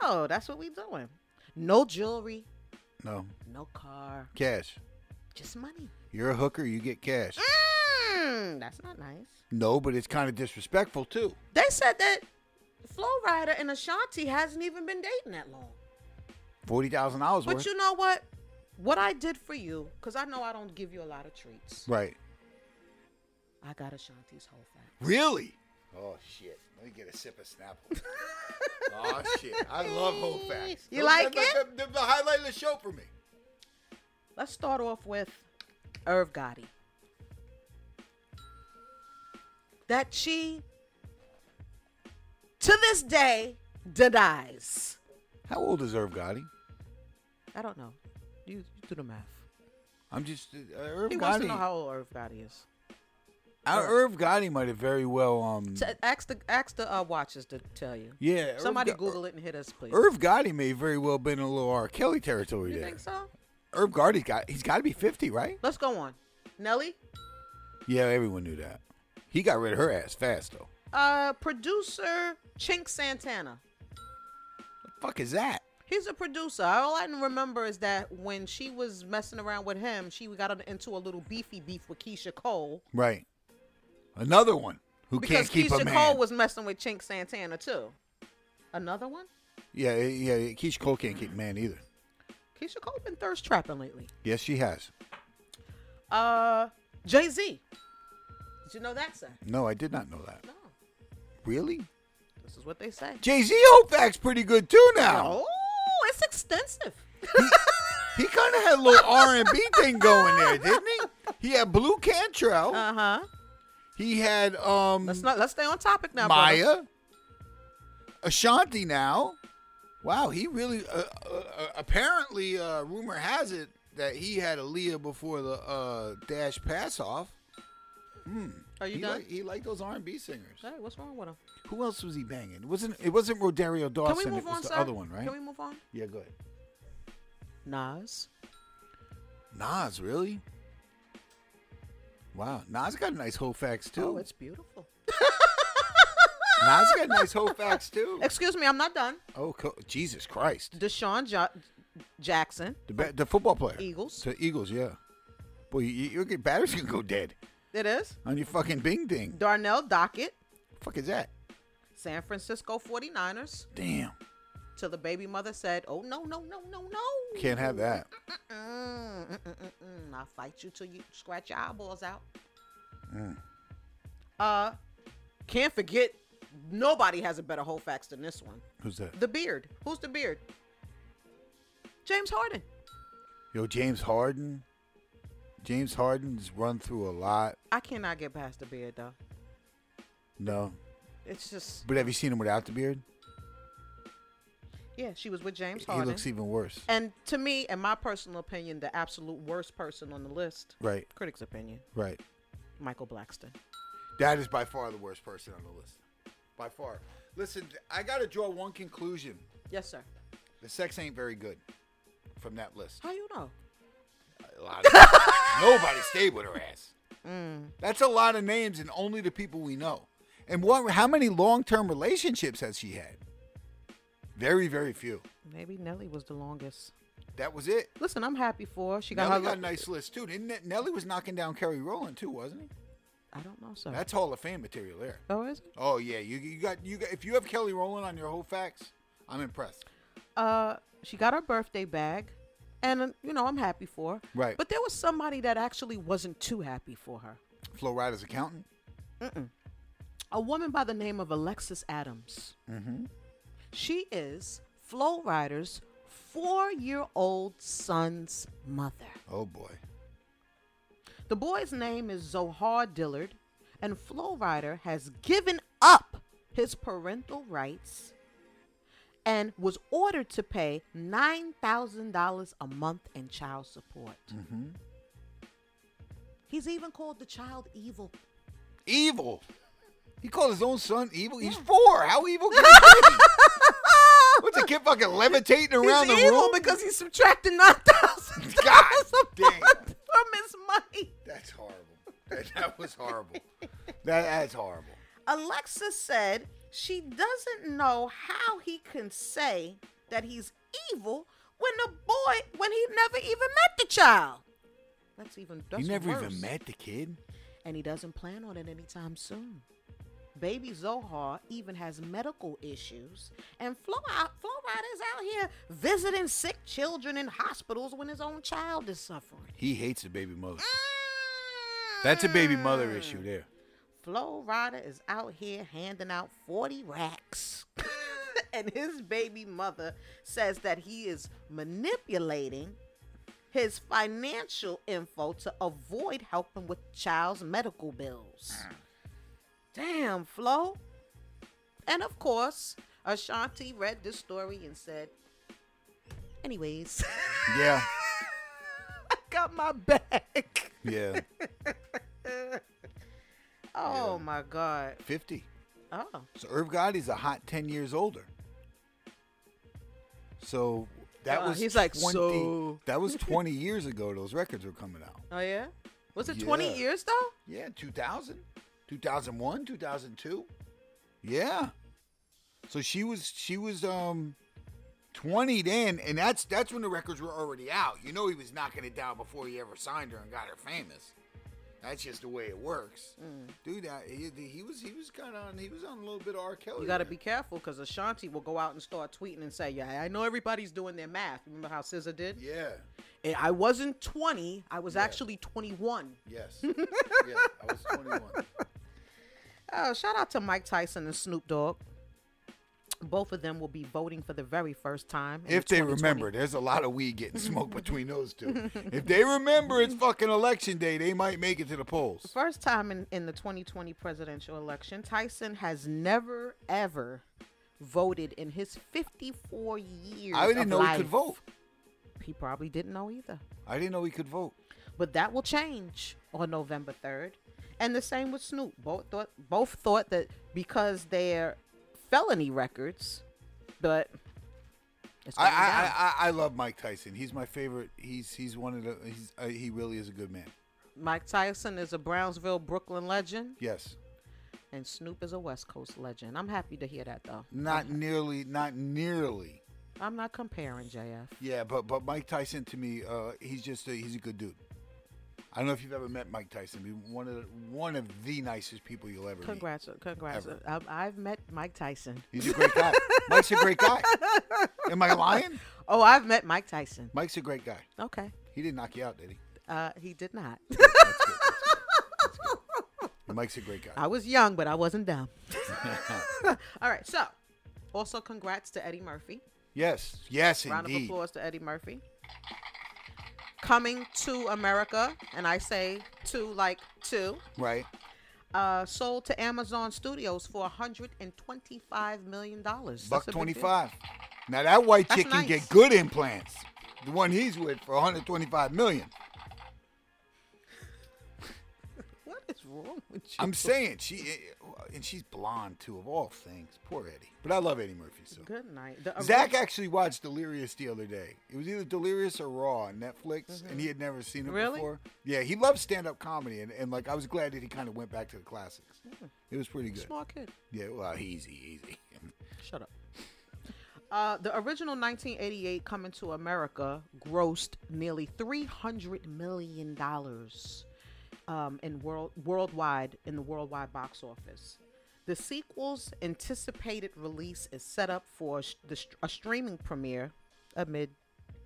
Oh, that's what we doing. No jewelry, No. no car, Cash. just money. You're a hooker, you get cash. Mm, that's not nice. No, but it's kind of disrespectful, too. They said that Flow Rider and Ashanti hasn't even been dating that long. $40,000 But worth. you know what? What I did for you, because I know I don't give you a lot of treats. right. I got Ashanti's whole thing. Really? Oh, shit. Let me get a sip of Snapple. oh, shit. I love Whole Facts. You like it? The, the highlight of the show for me. Let's start off with Irv Gotti. That she, to this day, denies. How old is Irv Gotti? I don't know. You, you do the math. I'm just. Uh, Irv He wants to Gotti. know how old Irv Gotti is. Uh, Irv Gotti might have very well. um. T- ask the ask the uh, watches to tell you. Yeah. Irv Somebody Go- Google it and hit us, please. Irv Gotti may very well been in a little R. Kelly territory you there. think so? Irv Gardy's got he's got to be 50, right? Let's go on. Nelly, Yeah, everyone knew that. He got rid of her ass fast though. uh, producer Chink Santana. The fuck is that? He's a producer. All I can remember is that when she was messing around with him, she got into a little beefy beef with Keisha Cole Right. Another one who because can't keep Keisha a man. Cole was messing with Chink Santana too. Another one? yeah, yeah, yeah, Keisha Cole can't keep a man either. Keisha Cole been thirst trapping lately. Yes, she has. Uh, Jay Z. Did you know that, sir? No, I did not know that. No. Really? This is what they say. Jay Z Hofac's pretty good too now. Oh, it's extensive. He kind of had a little R and B thing going there, didn't he? He had Blue Cantrell. Uh huh. he had um Let's not let's stay on topic now, Maya, brother. Ashanti now. Wow, he really. Uh, uh, uh, apparently, uh, rumor has it that he had Aaliyah before the uh, dash pass off. Are you he done? Like, he liked those R and B singers. Hey, what's wrong with him? Who else was he banging? It wasn't it wasn't Rodario Dawson? Can we move it was on, the sir? other one, right? Can we move on? Yeah, good. Nas. Nas, really? Wow, Nas got a nice whole facts too. Oh, it's beautiful. Nas got a nice whole facts too. Excuse me, I'm not done. Oh, co- Jesus Christ! Deshaun jo- Jackson, The, ba- the football player. Eagles. To Eagles, yeah. Boy, you, you, your batteries can go dead It is. on your fucking Bing Ding. Darnell Dockett, Fuck is that? San Francisco 49ers. Damn, Till the baby mother said, Oh, no, no, no, no, no. Mm, can't have that. Mm-mm, mm-mm, mm-mm. I'll fight you till you scratch your eyeballs out. Mm. Uh, can't forget, nobody has a better whole facts than this one. Who's that? The beard. Who's the beard? James Harden. Yo, James Harden. James Harden's run through a lot. I cannot get past the beard though. No, It's just but have you seen him without the beard? yeah. She was with James He Harden. looks even worse. and to me, in my personal opinion, the absolute worst person on the list, Right, critics' opinion, right. Michael Blackston. That is by far the worst person on the list. By far. Listen, th- I got to draw one conclusion. Yes, sir. The sex ain't very good from that list. How you know? A lot of Nobody stayed with her ass. Mm. That's a lot of names and only the people we know. And what, how many long term relationships has she had? Very, very few. Maybe Nelly was the longest. That was it. Listen, I'm happy for her. She got Nelly her. got a lo- nice list too. Didn't it? Nelly was knocking down Kerry Rowland too, wasn't he? I don't know, sir. That's Hall of Fame material there. oh, is it? Oh yeah, you, you got you got, if you have Kelly Rowland on your whole facts, I'm impressed. uh she got her birthday bag and uh, you know i'm happy for her Right. but there was somebody that actually wasn't too happy for her Flo Rida's accountant. a woman by the name of alexis adams mm-hmm. she is flow rider's four-year-old son's mother Oh boy. the boy's name is zohar dillard and flow rider has given up his parental rights and was ordered to pay $9,000 a month in child support. He's even called the child evil. Evil. He called his own son evil. He's Yeah. four. How evil can he be? What's a kid fucking levitating around he's the evil room? because he's subtracting nine thousand God dollars a damn. month from his money. That's horrible. That, that was horrible. that that's horrible. Alexa said she doesn't know how he can say that he's evil when the boy when he never even met the child. That's even that's you never worse. even met the kid. and he doesn't plan on it anytime soon. Baby Zohar even has medical issues, and Flo uh, Flo Rida is out here visiting sick children in hospitals when his own child is suffering. He hates the baby mother. That's a baby mother issue there. Flo Rida Mm. is out here handing out 40 racks. and his baby mother says that he is manipulating his financial info to avoid helping with child's medical bills. Mm. Damn, Flo. And of course, Ashanti read this story and said, anyways, Yeah. I got my back. Yeah. Oh my God. Fifty. Oh. So Irv Gotti's a hot ten years older. So that Uh, was he's like, 20 "So?" that was twenty years ago. Those records were coming out. Oh yeah. Was it Yeah. 20 years though? Yeah, 2000, 2001, 2002. Yeah. So she was she was um twenty then, and that's that's when the records were already out. You know he was knocking it down before he ever signed her and got her famous. That's just the way it works, Mm. dude. I, he, he was he was kind of on he was on a little bit of R. Kelly. You got to there. be careful because Ashanti will go out and start tweeting and say, "Yeah, I know everybody's doing their math. Remember how SZA did? Yeah. "Eh, I wasn't 20. I was Yeah. actually 21." Yes. yeah, I was 21. Oh, shout out to Mike Tyson and Snoop Dogg. Both of them will be voting for the very first time. in If they 2020. remember, there's a lot of weed getting smoked between those two. If they remember it's fucking election day, they might make it to the polls. First time in, in the 2020 presidential election, Tyson has never, ever voted in his 54 years. I didn't of know life. he could vote. He probably didn't know either. I didn't know he could vote. but that will change on November 3rd. And the same with Snoop. Both thought both thought that because they're felony records, but it's I, going I, down. I, I I love Mike Tyson. He's my favorite. He's he's one of the. He's, uh, he really is a good man. Mike Tyson is a Brownsville, Brooklyn legend, Yes. and Snoop is a West Coast legend. I'm happy to hear that though. Not nearly. Not nearly. I'm not comparing JF. Yeah, but but Mike Tyson to me, uh, he's just a, he's a good dude. I don't know if you've ever met Mike Tyson. He's one of the, one of the nicest people you'll ever meet. Congrats, congrats. Ever. I, I've met Mike Tyson. He's a great guy. Mike's a great guy. Am I lying? Oh, I've met Mike Tyson. Mike's a great guy. Okay. He didn't knock you out, did he? Uh, he did not. That's good, that's good, that's good. Mike's a great guy. I was young, but I wasn't dumb. All right. So, also congrats to Eddie Murphy. Yes, yes, Round of indeed. applause to Eddie Murphy. Coming to America, and I say to like two, Right. uh, sold to Amazon Studios for 125 million dollars. Buck twenty five. Now that white That's chick can nice. get good implants. The one he's with for 125 million. What is wrong with you? I'm saying she eh, and she's blonde too, of all things. Poor Eddie. But I love Eddie Murphy so. Good night. The Zach orig- actually watched Delirious the other day. It was either Delirious or Raw on Netflix, and he had never seen it Mm-hmm. Really? before. Yeah, he loves stand up comedy, and, and like I was glad that he kind of went back to the classics. Hmm. It was pretty good. small kid. Yeah, well, easy, easy. Shut up. Uh, the original 1988 coming to America grossed nearly 300 million dollars um, in world worldwide in the worldwide box office. The sequel's anticipated release is set up for sh- the, str- a streaming premiere amid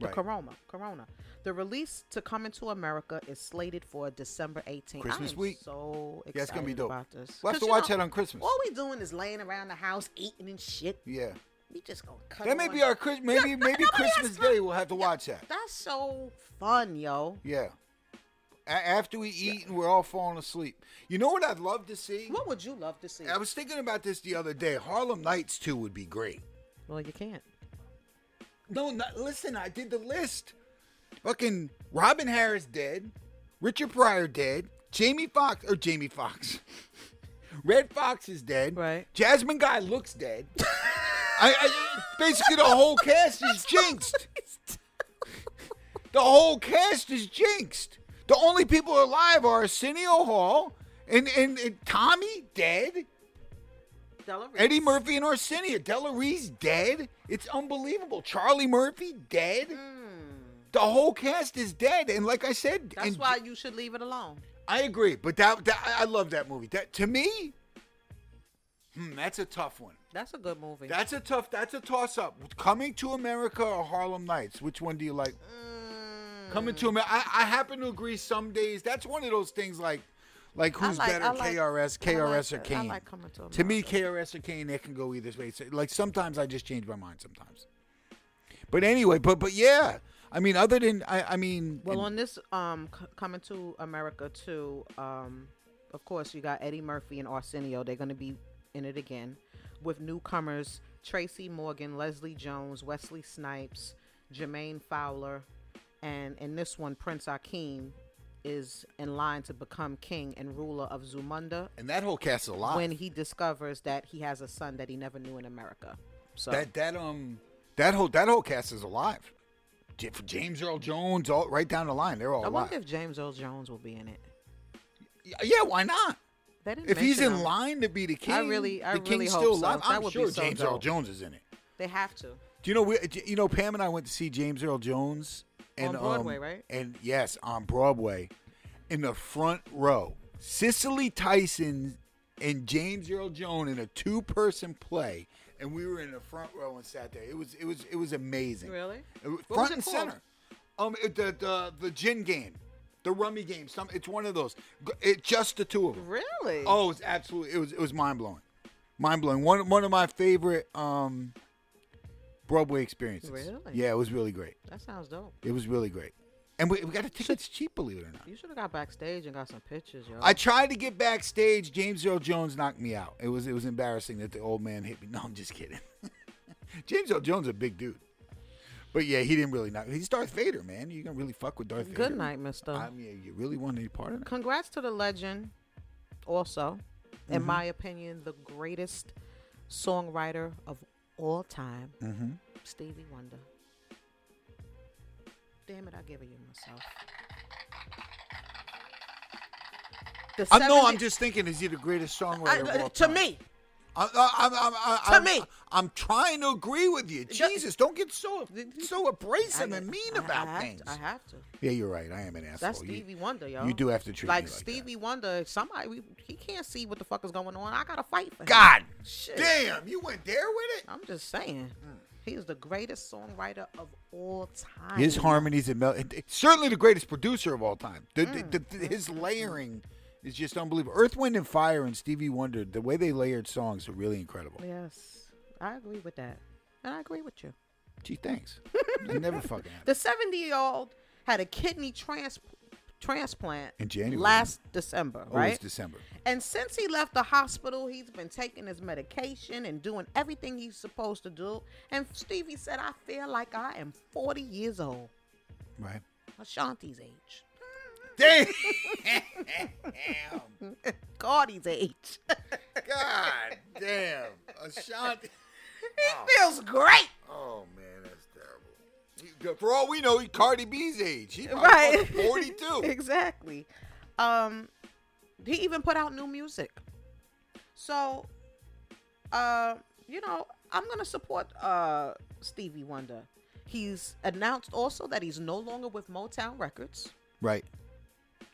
the Right. corona. Corona. The release to come into America is slated for December 18th. Christmas I am week. So excited Yeah, it's gonna be dope. about this. We'll 'Cause have to you watch know, that on Christmas. All we doing is laying around the house eating and shit. Yeah, We just gonna cut. that may on- be our Chris. Maybe maybe nobody has Christmas time. Day we'll have to watch that. That's so fun, yo. Yeah. A- after we eat and we're all falling asleep. You know what I'd love to see? What would you love to see? I was thinking about this the other day. Harlem Nights 2 would be great. Well, you can't. No, no listen, I did the list. Fucking Robin Harris dead, Richard Pryor dead, Jamie Foxx or Jamie Foxx. Red Fox is dead. Right. Jasmine Guy looks dead. I, I basically the whole cast is jinxed. The whole cast is jinxed. The only people alive are Arsenio Hall and, and, and Tommy dead. Della Reese. Eddie Murphy and Arsenio. Della Reese dead. It's unbelievable. Charlie Murphy dead. Hmm. The whole cast is dead. And like I said, That's and why you should leave it alone. I agree. But that, that I- I love that movie. That to me, hmm, that's a tough one. That's a good movie. That's a tough. That's a toss up. Coming to America or Harlem Nights? Which one do you like? Mm, Coming to America. I, I happen to agree. Some days that's one of those things like, like I who's like- better, I like- KRS, I like KRS or that. Kane? I like coming to, To me, America. KRS or Kane, it can go either way. So, like sometimes I just change my mind sometimes. But anyway, but but yeah, I mean, other than I, I mean, Well, and- on this um c- coming to America too, um, of course you got Eddie Murphy and Arsenio. They're gonna be in it again with newcomers Tracy Morgan, Leslie Jones, Wesley Snipes, Jermaine Fowler, and in this one Prince Akeem is in line to become king and ruler of Zumunda and that whole cast is alive. when he discovers that he has a son that he never knew in America. So that that um that whole that whole cast is alive. J- for James Earl Jones, all right down the line, they're all I alive. wonder if James Earl Jones will be in it. Y- yeah, why not? They didn't If he's mention in him. line to be the king, really- I the really king's hope still so. alive. That I'm would be sure so James Earl dope. Jones is in it. they have to. Do you know we? do You know Pam and I went to see James Earl Jones and On Broadway, um, right? And yes, on Broadway, in the front row, Cicely Tyson and James Earl Jones in a two-person play, and we were in the front row on Saturday. It was it was it was amazing. Really? It was What was front it and called? center. Um, it- the the the gin game, the rummy game. Some it's one of those. G- It just the two of them. Really? Oh, it was absolutely. It was it was mind blowing, mind blowing. One one of my favorite um, Broadway experiences. Really? Yeah, it was really great. That sounds dope. It was really great, and we, we got the tickets cheap, believe it or not. You should have got backstage and got some pictures, yo. I tried to get backstage. James Earl Jones knocked me out. It was it was embarrassing that the old man hit me. No, I'm just kidding. James Earl Jones is a big dude, but yeah, he didn't really knock. He's Darth Vader, man. You gonna really fuck with Darth Vader? Good night, Mister. I mean, you really want any part of that? Congrats to the legend. Also, Mm-hmm. in my opinion, the greatest songwriter of all time, Mm-hmm. Stevie Wonder. Damn it, I give it you myself. The I know. I'm 70 just thinking, is he the greatest I- songwriter of all to time? me, I'm, I'm, I'm, I'm, To me. I'm, I'm trying to agree with you. Ju- Jesus, don't get so so abrasive I- and mean I- I about have to- things. I have to. yeah, you're right. I am an asshole. That's You- Stevie Wonder, yo. you do have to treat me like like that. Stevie Wonder. Somebody, we, he can't see what the fuck is going on. I gotta fight for him. God Shit. damn, you went there with it. I'm just saying. He is the greatest songwriter of all time. Mm, His harmonies and mel- and certainly the greatest producer of all time. The, the, the, his layering is just unbelievable. Earth, Wind, and Fire and Stevie Wonder, the way they layered songs are really incredible. Yes, I agree with that, and I agree with you. Gee, thanks. I never fucking happened. The 70 year old had a kidney trans- transplant In January. Oh, last December, Always right? December. and since he left the hospital, he's been taking his medication and doing everything he's supposed to do. And Stevie said, I feel like I am 40 years old, Right. Ashanti's age, Damn. Cardi's age. God damn. Ashanti. he feels great. Oh man, that's terrible. He- For all we know, he Cardi B's age. He probably Right. fucking 42. exactly. Um, he even put out new music. So, uh, you know, I'm gonna support uh Stevie Wonder. He's announced also that he's no longer with Motown Records. right.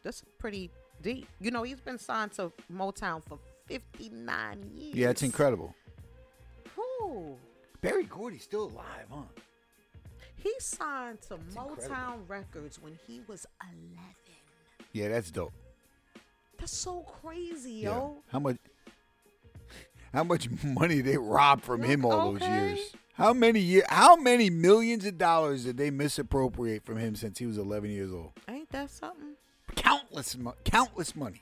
That's pretty deep. You know, he's been signed to Motown for 59 years. Yeah, it's incredible. Whew. Barry Gordy's still alive, huh? He signed to Motown incredible. Records when he was 11. Yeah, that's dope. That's so crazy, Yeah. yo. How much How much money they robbed from him all those Okay. years? How many year how many millions of dollars did they misappropriate from him since he was 11 years old? Ain't that something? Countless mo- countless money.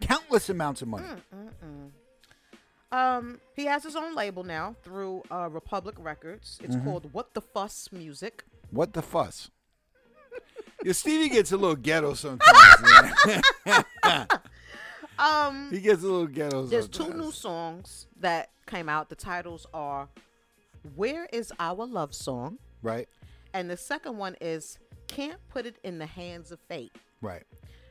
Countless amounts of Hmm. money. Um, he has his own label now through uh, Republic Records. It's Mm-hmm. called What the Fuss Music. What the fuss? yeah, Stevie gets a little ghetto sometimes. man. Um, he gets a little ghetto. there's two new sometimes. songs that came out. The titles are "Where Is Our Love Song" Right, and the second one is "Can't Put It in the Hands of Fate." right.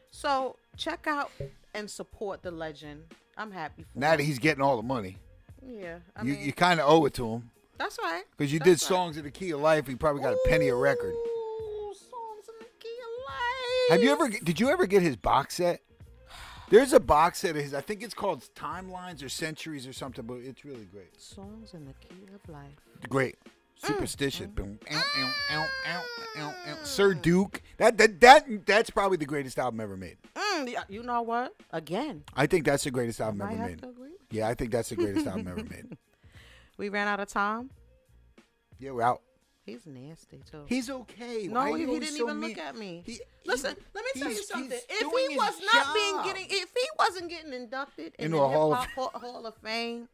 So check out and support the legend. I'm happy for Now him. that he's getting all the money, Yeah, I you, mean you kind of owe it to him that's right. because you That's did right. songs of the key of life. He probably got a penny a record. Ooh, songs in the key of life. Have you ever? Did you ever get his box set? There's a box set of his. I think it's called Timelines or Centuries or something, but it's really great. songs in the key of life? Great. Mm, Superstition. Boom. Ow, ow, ow, ow, ow, ow. Sir Duke. That, that that that's probably the greatest album ever made. Mm, yeah, you know what? Again, I think that's the greatest album I ever have made. to agree. with- Yeah, I think that's the greatest album ever made. We ran out of time. Yeah, we're out. He's nasty too. He's okay. no, Why he, are he you always didn't so even mean? look at me. He- Listen, he- let me tell you he's- something. he's If he doing was his not being job. getting, if he wasn't getting inducted in Into the a Hall Hip of- Hop Hall, Hall of Fame,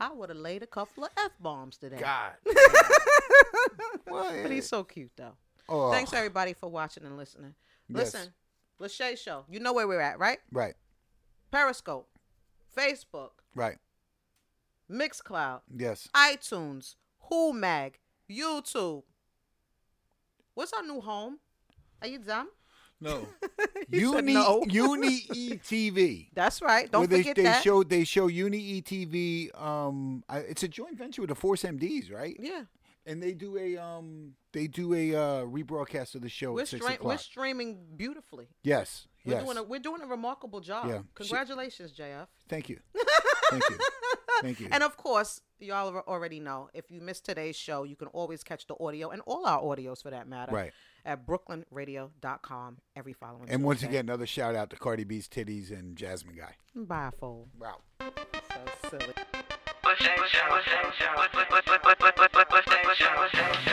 I would have laid a couple of f bombs today. God. But he's so cute though. oh, Thanks everybody for watching and listening. Yes. Listen, Lachey Show. You know where we're at, right? Right, Periscope, Facebook, right. Mixcloud, Yes. iTunes, Who Mag, YouTube. What's our new home? Are you dumb? No. He said Uni no. Uni E ETV. That's right. Don't where they, forget they that. showed they show Uni ETV. Um, I, it's a joint venture with the Force MDs, right? yeah, And they do a um, they do a uh, rebroadcast of the show we're, at six stra- o'clock. we're streaming beautifully. yes, We're yes. doing a we're doing a remarkable job. Yeah. She- Congratulations, JF. Thank you. Thank you. Thank you. And of course, y'all al- already know if you missed today's show, you can always catch the audio and all our audios for that matter Right. at brooklynradio.com every following And once Tuesday. again, another shout out to Cardi B's titties and Jasmine Guy. bye fold. Wow. So silly. What's that show? What's that show? What's that show? What's that show? What's that show?